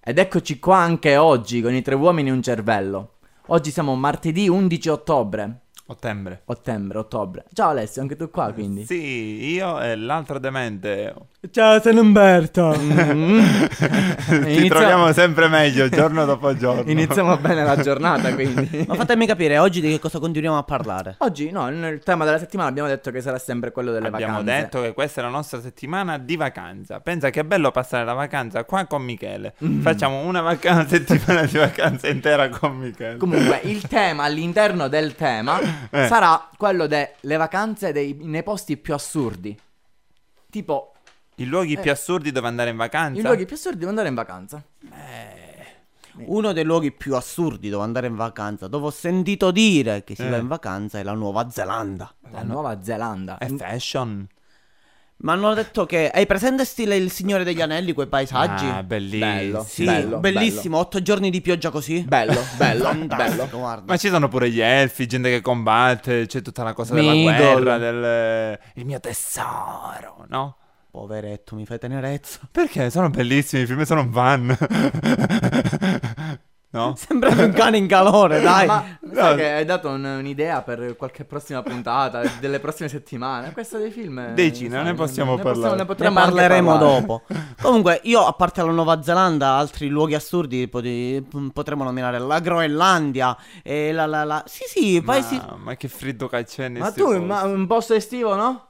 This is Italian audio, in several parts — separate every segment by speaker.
Speaker 1: Ed eccoci qua anche oggi con i tre uomini e un cervello. Oggi siamo martedì 11 ottobre.
Speaker 2: Ottembre.
Speaker 1: Ottembre, ottobre. Ciao Alessio, anche tu qua quindi.
Speaker 2: Sì, io e l'altro demente.
Speaker 3: Ciao, sono Umberto.
Speaker 2: Ci troviamo sempre meglio giorno dopo giorno.
Speaker 1: Iniziamo bene la giornata quindi.
Speaker 4: Ma fatemi capire, oggi di che cosa continuiamo a parlare?
Speaker 1: Oggi no, nel tema della settimana abbiamo detto che sarà sempre quello delle
Speaker 2: Abbiamo
Speaker 1: vacanze.
Speaker 2: detto che questa è la nostra settimana di vacanza. Pensa che è bello passare la vacanza qua con Michele.
Speaker 1: Mm.
Speaker 2: Facciamo una vacanza, settimana di vacanza intera con Michele.
Speaker 1: Comunque, il tema all'interno del tema
Speaker 2: Eh.
Speaker 1: sarà quello delle vacanze dei, nei posti più assurdi. Tipo,
Speaker 2: I luoghi più assurdi dove andare in vacanza.
Speaker 1: eh, i luoghi più assurdi dove andare in vacanza.
Speaker 4: Uno dei luoghi più assurdi dove andare in vacanza, dove ho sentito dire che si
Speaker 2: Eh.
Speaker 4: va in vacanza, è la Nuova Zelanda.
Speaker 1: La Nuova Zelanda.
Speaker 2: È fashion.
Speaker 4: Ma hanno detto che. Hai presente stile Il Signore degli Anelli, quei paesaggi?
Speaker 2: Ah, bellissimo.
Speaker 1: Bello,
Speaker 2: Sì.
Speaker 1: bello.
Speaker 4: Bellissimo, otto giorni di pioggia così.
Speaker 1: Bello, bello,
Speaker 4: Fantastico,
Speaker 1: bello.
Speaker 4: guarda.
Speaker 2: Ma ci sono pure gli elfi, gente che combatte, c'è tutta la cosa
Speaker 1: Meagle.
Speaker 2: della guerra, del... Il mio tesoro, no?
Speaker 4: Poveretto, mi fai tenerezza.
Speaker 2: Perché sono bellissimi, i film sono un van. no?
Speaker 4: Sembra un cane in calore, dai.
Speaker 1: Eh, Ma sai che hai dato un- un'idea per qualche prossima puntata, delle prossime settimane. Questo dei film.
Speaker 2: Decina,
Speaker 1: sai,
Speaker 2: ne possiamo parlare.
Speaker 1: ne
Speaker 4: Ne
Speaker 1: potremmo anche
Speaker 4: parleremo
Speaker 1: parlare.
Speaker 4: dopo. Comunque, io a parte la Nuova Zelanda, altri luoghi assurdi poti- mm, potremmo nominare la Groenlandia e la la la. Sì, sì, paesi.
Speaker 2: Ma, ma che freddo che c'è in
Speaker 1: Ma
Speaker 2: sti
Speaker 1: tu,
Speaker 2: posti.
Speaker 1: ma un posto estivo, no?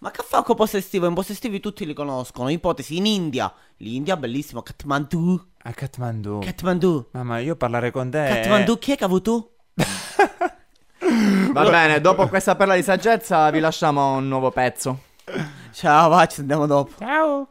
Speaker 4: Ma che fa con posto estivo? In posto estivi tutti li conoscono. Ipotesi in India. L'India bellissimo. Kathmandu.
Speaker 2: A Kathmandu.
Speaker 4: Kathmandu.
Speaker 2: Mamma, io parlare con
Speaker 1: Eh.
Speaker 2: te... è-
Speaker 4: Kathmandu, chi è che ha avuto?
Speaker 1: Va bene, dopo questa perla di saggezza vi lasciamo un nuovo pezzo.
Speaker 4: Ciao, va, ci sentiamo dopo.
Speaker 2: Ciao.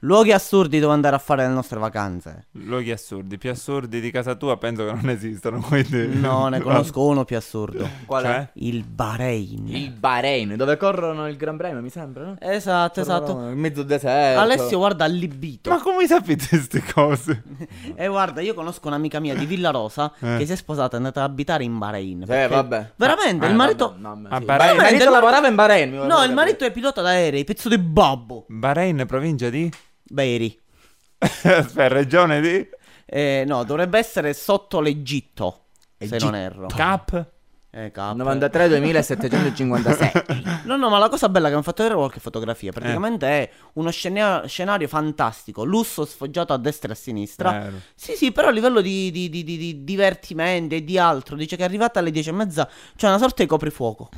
Speaker 4: Luoghi assurdi dove andare a fare le nostre vacanze.
Speaker 2: Luoghi assurdi, più assurdi di casa tua penso che non esistono, quindi...
Speaker 4: No, ne conosco uno più assurdo.
Speaker 1: Qual è?
Speaker 2: Cioè?
Speaker 4: Il Bahrain.
Speaker 1: Il Bahrain, dove corrono il Gran Premio, mi sembra, no?
Speaker 4: Esatto, esatto.
Speaker 1: In mezzo al deserto.
Speaker 4: Alessio guarda allibito.
Speaker 2: Cioè, Ma come sapete queste cose?
Speaker 4: E guarda, io conosco un'amica mia di Villa Rosa
Speaker 2: Eh.
Speaker 4: che si è sposata e è andata ad abitare in Bahrain.
Speaker 1: Eh,
Speaker 4: perché-
Speaker 1: vabbè.
Speaker 4: Veramente,
Speaker 1: Ah,
Speaker 4: il marito.
Speaker 1: vabbè, mamma,
Speaker 2: Ah,
Speaker 1: sì.
Speaker 2: Bahrain.
Speaker 1: Il marito
Speaker 4: Veramente, no.
Speaker 1: lavorava in Bahrain. mi
Speaker 4: No,
Speaker 1: vorrei
Speaker 4: il marito è pilota d'aerei, pezzo di babbo.
Speaker 2: Bahrain, provincia di...
Speaker 4: Bahrain.
Speaker 2: Aspetta, regione di...
Speaker 4: Eh, no, dovrebbe essere sotto l'Egitto. Se
Speaker 1: Egitto.
Speaker 4: non erro.
Speaker 2: Cap?
Speaker 4: Eh, capo.
Speaker 1: capire. 93-2756.
Speaker 4: No, no, ma la cosa bella che mi hanno fatto vedere qualche fotografia. Praticamente è uno scena- scenario fantastico. Lusso sfoggiato a destra e a sinistra.
Speaker 2: Vero.
Speaker 4: Sì, sì, però a livello di, di- di- di- di divertimento e di altro, dice che è arrivata alle 10 e mezza, c'è una sorta di coprifuoco.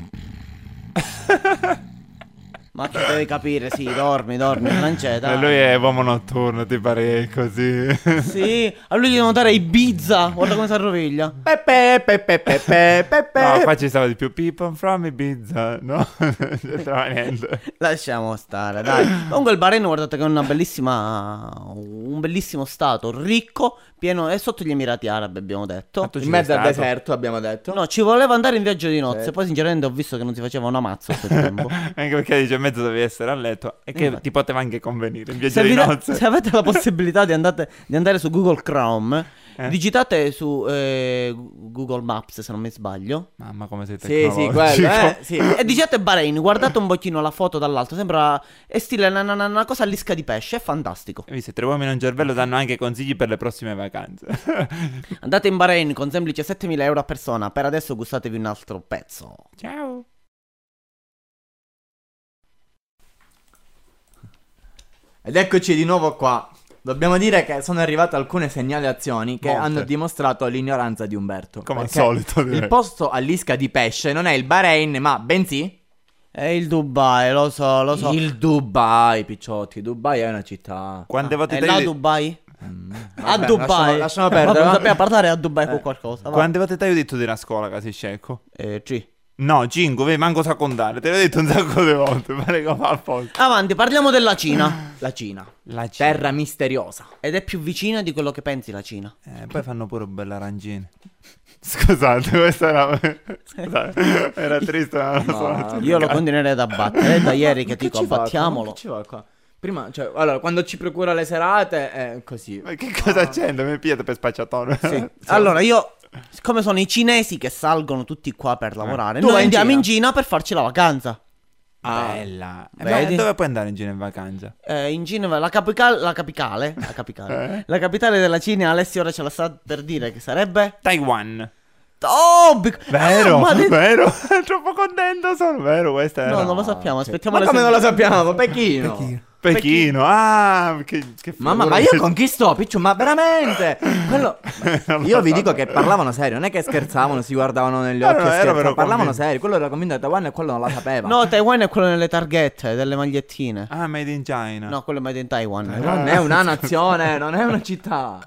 Speaker 4: Ma tu devi capire, sì, dormi, dormi, Francetta.
Speaker 2: E lui è uomo notturno, ti pare così.
Speaker 4: Sì, a lui gli devono dare Ibiza, guarda come si arroviglia.
Speaker 1: Pepe, pepe, pepe, pepe.
Speaker 2: No, qua ci stava di più People from Ibiza, no? non c'entrava niente.
Speaker 4: Lasciamo stare, dai. Comunque il Bahrain, guardate che è una bellissima un bellissimo stato, ricco, pieno è sotto gli Emirati Arabi, abbiamo detto.
Speaker 2: tu
Speaker 1: in mezzo al
Speaker 2: sei stato?
Speaker 1: deserto, abbiamo detto.
Speaker 4: No, ci voleva andare in viaggio di nozze,
Speaker 1: Certo.
Speaker 4: poi sinceramente ho visto che non si faceva una mazza a quel tempo.
Speaker 2: Anche perché dice in mezzo dovevi essere a letto e che
Speaker 1: Esatto.
Speaker 4: Infatti.
Speaker 2: ti poteva anche convenire in viaggio
Speaker 4: Se,
Speaker 2: di
Speaker 4: vi da-
Speaker 2: nozze.
Speaker 4: se avete la possibilità di, andate- di andare su Google Chrome,
Speaker 2: Eh.
Speaker 4: digitate su eh, Google Maps se non mi sbaglio.
Speaker 2: Mamma come sei
Speaker 1: Sì,
Speaker 2: tecnologico.
Speaker 1: sì, quello, eh. Sì.
Speaker 4: E digitate Bahrain, guardate un pochino la foto dall'alto, sembra è stile una, una- una cosa all'isca di pesce, è fantastico.
Speaker 2: Hai visto, tre uomini e un cervello danno anche consigli per le prossime vacanze.
Speaker 4: Andate in Bahrain con semplice 7000 euro a persona, per adesso gustatevi un altro pezzo.
Speaker 2: Ciao.
Speaker 1: Ed eccoci di nuovo qua. Dobbiamo dire che sono arrivate alcune segnalazioni che
Speaker 2: Molte.
Speaker 1: hanno dimostrato l'ignoranza di Umberto.
Speaker 2: Come al
Speaker 1: Perché
Speaker 2: solito,
Speaker 1: Il
Speaker 2: direi.
Speaker 1: posto all'isca di pesce non è il Bahrain, ma bensì
Speaker 4: È il Dubai, lo so, lo so.
Speaker 1: il Dubai, picciotti. Dubai è una città. mm,
Speaker 2: Quante volte
Speaker 4: È
Speaker 2: te
Speaker 4: là a
Speaker 2: li...
Speaker 4: Dubai? a
Speaker 1: Vabbè,
Speaker 4: Dubai.
Speaker 1: lasciamo- lasciamo
Speaker 4: Vabbè,
Speaker 1: perdere,
Speaker 4: non
Speaker 1: va. Eh.
Speaker 4: sapeva parlare a Dubai con qualcosa. va.
Speaker 2: Quante volte ti ho detto di una scuola che si scecco?
Speaker 4: Eh, sì.
Speaker 2: No, 5, vedi, manco sa contare. Te l'ho detto un sacco di volte. Pare che fa apposta.
Speaker 4: Avanti, parliamo della Cina.
Speaker 1: La Cina.
Speaker 2: La
Speaker 1: Terra misteriosa.
Speaker 4: Ed è più vicina di quello che pensi la Cina.
Speaker 2: Eh, poi fanno pure belle arancine. Scusate, questa era. Scusate, era triste. Ma non
Speaker 1: Ma-
Speaker 2: so.
Speaker 4: Io lo continuerei ad abbattere. È da ieri
Speaker 1: Ma
Speaker 4: che
Speaker 1: ci
Speaker 4: dico
Speaker 1: va qua? Ma
Speaker 4: abbattiamolo.
Speaker 1: che ci va qua? Prima, cioè, allora, quando ci procura le serate è così.
Speaker 2: Ma che cosa c'è? Non mi piate per spacciatore.
Speaker 4: Sì. Allora io, siccome sono i cinesi che salgono tutti qua per lavorare,
Speaker 1: Tu vai
Speaker 4: noi
Speaker 1: in
Speaker 4: andiamo
Speaker 1: Cina?
Speaker 4: in Cina per farci la vacanza. Ah.
Speaker 2: Bella. E
Speaker 4: Vedi?
Speaker 2: vai- Eh, dove puoi andare in giro in vacanza?
Speaker 4: Eh, in Ginevra, la, capica- la capicale, la capicale,
Speaker 2: Eh?
Speaker 4: la capitale della Cina, Alessio ora ce la sta per dire che sarebbe...
Speaker 2: Taiwan.
Speaker 4: Oh, bi-
Speaker 2: Vero,
Speaker 4: Ah, ma de-
Speaker 2: vero. Troppo contento sono. Vero, questa era.
Speaker 4: No, non lo sappiamo, aspettiamo
Speaker 1: cioè, Ma
Speaker 4: la
Speaker 1: come non lo sappiamo? Pechino.
Speaker 2: Pechino. Ah, che, che
Speaker 1: Mamma,
Speaker 2: figura
Speaker 1: ma io
Speaker 2: che-
Speaker 1: con chi sto, Picciu? Ma veramente? Quello-
Speaker 2: Non lo
Speaker 1: Io vi
Speaker 2: so.
Speaker 1: dico che parlavano serio, non è che scherzavano, si guardavano negli
Speaker 2: Ero-
Speaker 1: occhi e
Speaker 2: ero
Speaker 1: scherzavano.
Speaker 2: vero
Speaker 1: Parlavano
Speaker 2: convinto.
Speaker 1: serio, quello era convinto di Taiwan e quello non la sapeva.
Speaker 4: No, Taiwan è quello nelle targhette, delle magliettine.
Speaker 2: Ah, Made in China.
Speaker 4: No, quello è made in Taiwan.
Speaker 1: Non è una nazione, non è una città.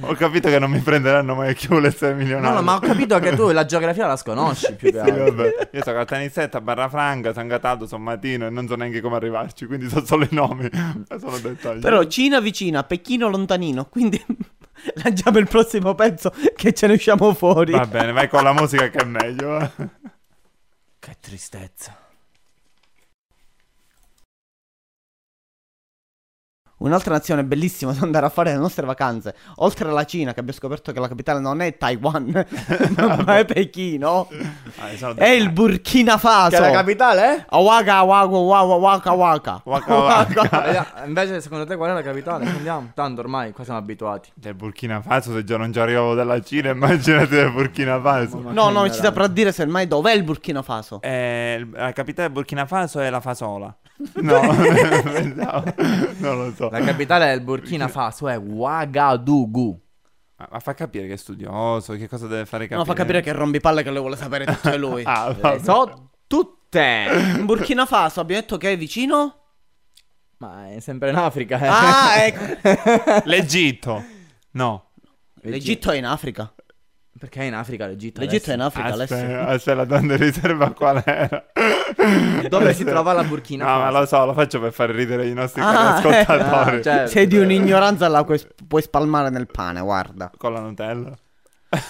Speaker 2: Ho capito che non mi prenderanno mai più l'essere
Speaker 1: No,
Speaker 2: milionario.
Speaker 1: no, ma ho capito che tu la geografia la sconosci più che
Speaker 2: Sì,
Speaker 1: altro.
Speaker 2: vabbè. Io sono Caltanissetta, Barra Franca, San Gataldo, San Martino e non so neanche come arrivarci, quindi so solo i nomi, ma sono dettagli.
Speaker 4: Però Cina vicina, Pechino lontanino, quindi lanciamo il prossimo pezzo che ce ne usciamo fuori.
Speaker 2: Va bene, vai con la musica che è meglio. va.
Speaker 1: Che tristezza.
Speaker 4: Un'altra nazione bellissima da andare a fare le nostre vacanze, oltre alla Cina, che abbiamo scoperto che la capitale non è Taiwan, ma è Pechino,
Speaker 2: Ah, sono
Speaker 4: è
Speaker 2: dettagli.
Speaker 4: il Burkina Faso.
Speaker 1: capitale?
Speaker 4: Awaka, awaka, waka, waka, waka.
Speaker 2: Waka waka.
Speaker 1: Invece, secondo te qual è la capitale? Andiamo. Tanto ormai qua siamo abituati.
Speaker 2: Del Burkina Faso, se già non ci arrivavo dalla Cina, immaginate del Burkina Faso.
Speaker 4: No, no, ci saprà dire semmai dov'è il Burkina Faso.
Speaker 2: Eh, il- la capitale del Burkina Faso è la Fasola. No, pensavo- non lo so.
Speaker 1: La capitale del Burkina Faso è Ouagadougou.
Speaker 2: Ma, ma fa capire che è studioso, che cosa deve fare capire.
Speaker 4: No, fa capire che rompipalle che lo vuole sapere tutto è cioè lui. Eh,
Speaker 2: Ah,
Speaker 1: Le
Speaker 2: vabbè.
Speaker 1: so tutte.
Speaker 4: In Burkina Faso abbiamo detto che è vicino...
Speaker 1: Ma è sempre in Africa. eh.
Speaker 4: Ah, ecco.
Speaker 2: L'Egitto. No.
Speaker 4: L'Egitto è in Africa.
Speaker 2: Eh,
Speaker 1: Perché è in Africa l'Egitto?
Speaker 4: L'Egitto è in
Speaker 2: Ah,
Speaker 4: Africa, Alessio.
Speaker 2: Aspetta, aspetta, la donna di riserva qual era?
Speaker 1: Africa. Dove si trova la Burkina
Speaker 2: No, ma
Speaker 1: Faso?
Speaker 2: lo so, lo faccio per far ridere i nostri
Speaker 4: Ah,
Speaker 2: cari
Speaker 1: eh,
Speaker 2: ascoltatori.
Speaker 1: cioè-
Speaker 4: Sei di un'ignoranza la cui puoi spalmare nel pane, guarda.
Speaker 2: Con la Nutella.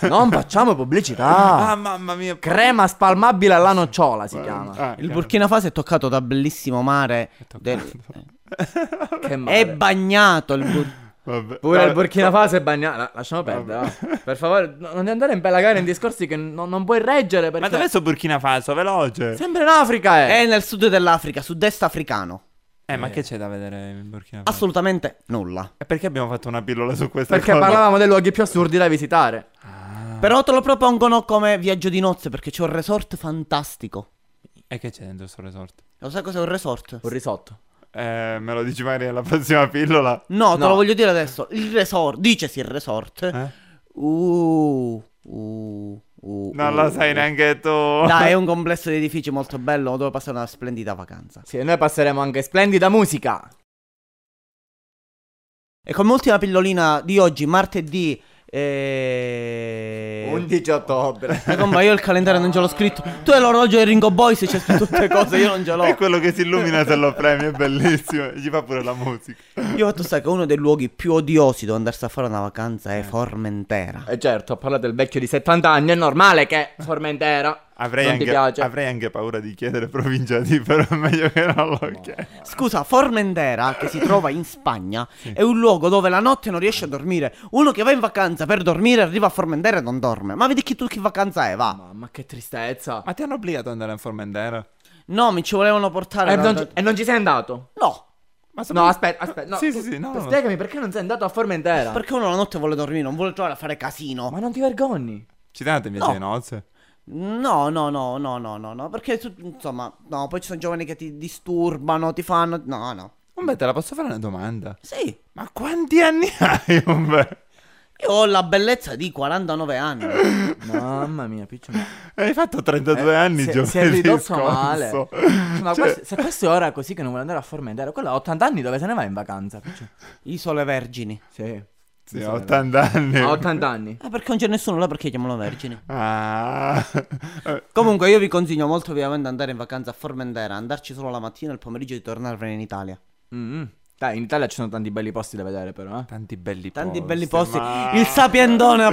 Speaker 1: Non facciamo pubblicità.
Speaker 2: Ah, mamma mia.
Speaker 1: Crema spalmabile alla nocciola si chiama.
Speaker 2: Ah,
Speaker 4: Il
Speaker 2: chiaro.
Speaker 4: Burkina Faso è toccato da bellissimo mare. del- eh,
Speaker 1: Che male.
Speaker 4: È bagnato il Burkina
Speaker 2: Vabbè.
Speaker 1: Pure il
Speaker 2: Vabbè.
Speaker 1: Burkina Faso è bagnato. La- lasciamo perdere. va. Per favore, no- non andare in bella gara in discorsi che no- non puoi reggere. Perché...
Speaker 2: Ma dov'è sto Burkina Faso? Veloce.
Speaker 1: Sempre in Africa eh. è.
Speaker 4: È nel sud dell'Africa, sud-est africano.
Speaker 2: Eh, ma che c'è da vedere in Burkina Faso?
Speaker 4: Assolutamente nulla.
Speaker 2: E perché abbiamo fatto una pillola su questa
Speaker 1: Perché
Speaker 2: cosa?
Speaker 1: parlavamo dei luoghi più assurdi da visitare.
Speaker 2: Ah.
Speaker 4: Però te lo propongono come viaggio di nozze perché c'è un resort fantastico.
Speaker 2: E Eh, che c'è dentro sto resort?
Speaker 4: Lo sai cos'è un resort?
Speaker 1: Un risotto.
Speaker 2: Eh, me lo dici magari alla prossima pillola.
Speaker 4: No, te
Speaker 1: No.
Speaker 4: lo voglio dire adesso. Il resort, dicesi il resort.
Speaker 2: Eh?
Speaker 4: Uh, uh, uh,
Speaker 2: Non
Speaker 4: uh.
Speaker 2: lo sai neanche tu.
Speaker 4: Dai, è un complesso di edifici molto bello dove passare una splendida vacanza.
Speaker 1: Sì, e noi passeremo anche splendida musica.
Speaker 4: E come ultima pillolina di oggi, martedì. Eh...
Speaker 1: 11 ottobre.
Speaker 4: Eh, compa, io il calendario non ce l'ho scritto. Tu e l'orologio e Ringo Boy se c'è scritto tutte cose, io non ce
Speaker 2: È
Speaker 1: Ecco.
Speaker 4: l'ho.
Speaker 2: quello che si illumina se lo premi, è bellissimo. Gli fa pure la musica.
Speaker 4: Io ho fatto sta che uno dei luoghi più odiosi dove andarsi a fare una vacanza
Speaker 1: Eh.
Speaker 4: è Formentera.
Speaker 1: E certo, ho parlato del vecchio di 70 anni, è normale che Formentera
Speaker 2: Avrei
Speaker 1: non ti
Speaker 2: anche,
Speaker 1: piace.
Speaker 2: avrei anche paura di chiedere provincia di, però è meglio che non lo chiedo.
Speaker 4: Scusa, Formentera, che si trova in Spagna, è un luogo dove la notte non riesce a dormire. Uno che va in vacanza per dormire arriva a Formentera e non dorme. Ma vedi chi tu che vacanza è, va?
Speaker 1: Ah, Mamma, che tristezza.
Speaker 2: Ma ti hanno obbligato ad andare a Formentera?
Speaker 4: No, mi ci volevano portare.
Speaker 1: e,
Speaker 4: da-
Speaker 1: Eh, non
Speaker 4: da-
Speaker 1: ci, e non ci sei andato?
Speaker 4: No,
Speaker 2: Ma se-
Speaker 1: No, aspetta, aspetta. No,
Speaker 2: Sì,
Speaker 1: tu-
Speaker 2: sì, sì, no, no.
Speaker 1: Spiegami perché non sei andato a Formentera.
Speaker 4: perché uno la notte vuole dormire, non vuole trovare a fare casino.
Speaker 1: Ma non ti vergogni.
Speaker 2: Ci date invece
Speaker 4: No.
Speaker 2: le nozze?
Speaker 4: No, no, no, no, no, no, no, perché tu- insomma, no, poi ci sono giovani che ti disturbano, ti fanno... No, no.
Speaker 2: Umbe, te la posso fare una domanda?
Speaker 4: Sì, io
Speaker 2: Ma quanti anni hai, Umbe?
Speaker 4: ho la bellezza di 49 anni.
Speaker 1: Mamma mia, Piccio. ma-
Speaker 2: Hai fatto 32
Speaker 1: eh,
Speaker 2: anni
Speaker 1: si-
Speaker 2: giovedì
Speaker 1: si è ridotto
Speaker 2: scorso.
Speaker 1: male. Ma
Speaker 2: Cioè,
Speaker 1: questo- se questo è ora così che non vuole andare a Formentera, quello ha 80 anni dove se ne va in vacanza? Piccio?
Speaker 4: Isole vergini.
Speaker 1: Sì.
Speaker 2: sì, ho 80 anni.
Speaker 1: Ha 80 anni.
Speaker 4: Ah, perché non c'è nessuno là, perché chiamano vergini?
Speaker 2: Ah. Eh,
Speaker 4: Comunque io vi consiglio molto vivamente di andare in vacanza a Formentera, andarci solo la mattina e il pomeriggio di tornarvene in Italia.
Speaker 1: Mm, mm. Dai, in Italia ci sono tanti belli posti da vedere, però. eh.
Speaker 2: Tanti belli
Speaker 4: Tanti
Speaker 2: posti.
Speaker 4: belli posti.
Speaker 2: ma-
Speaker 4: Il sapiendone ha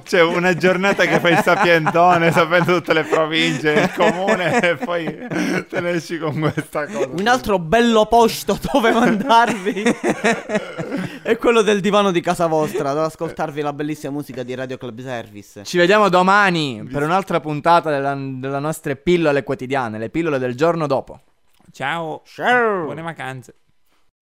Speaker 2: C'è una giornata che fai il sapientone sapendo tutte le province, il comune e poi te ne esci con questa cosa.
Speaker 4: Un altro bello posto dove mandarvi è quello del divano di casa vostra, ad ascoltarvi la bellissima musica di Radio Club Service.
Speaker 1: Ci vediamo domani per un'altra puntata della, della nostre pillole quotidiane, le pillole del giorno dopo.
Speaker 2: Ciao.
Speaker 4: Ciao.
Speaker 2: Buone vacanze.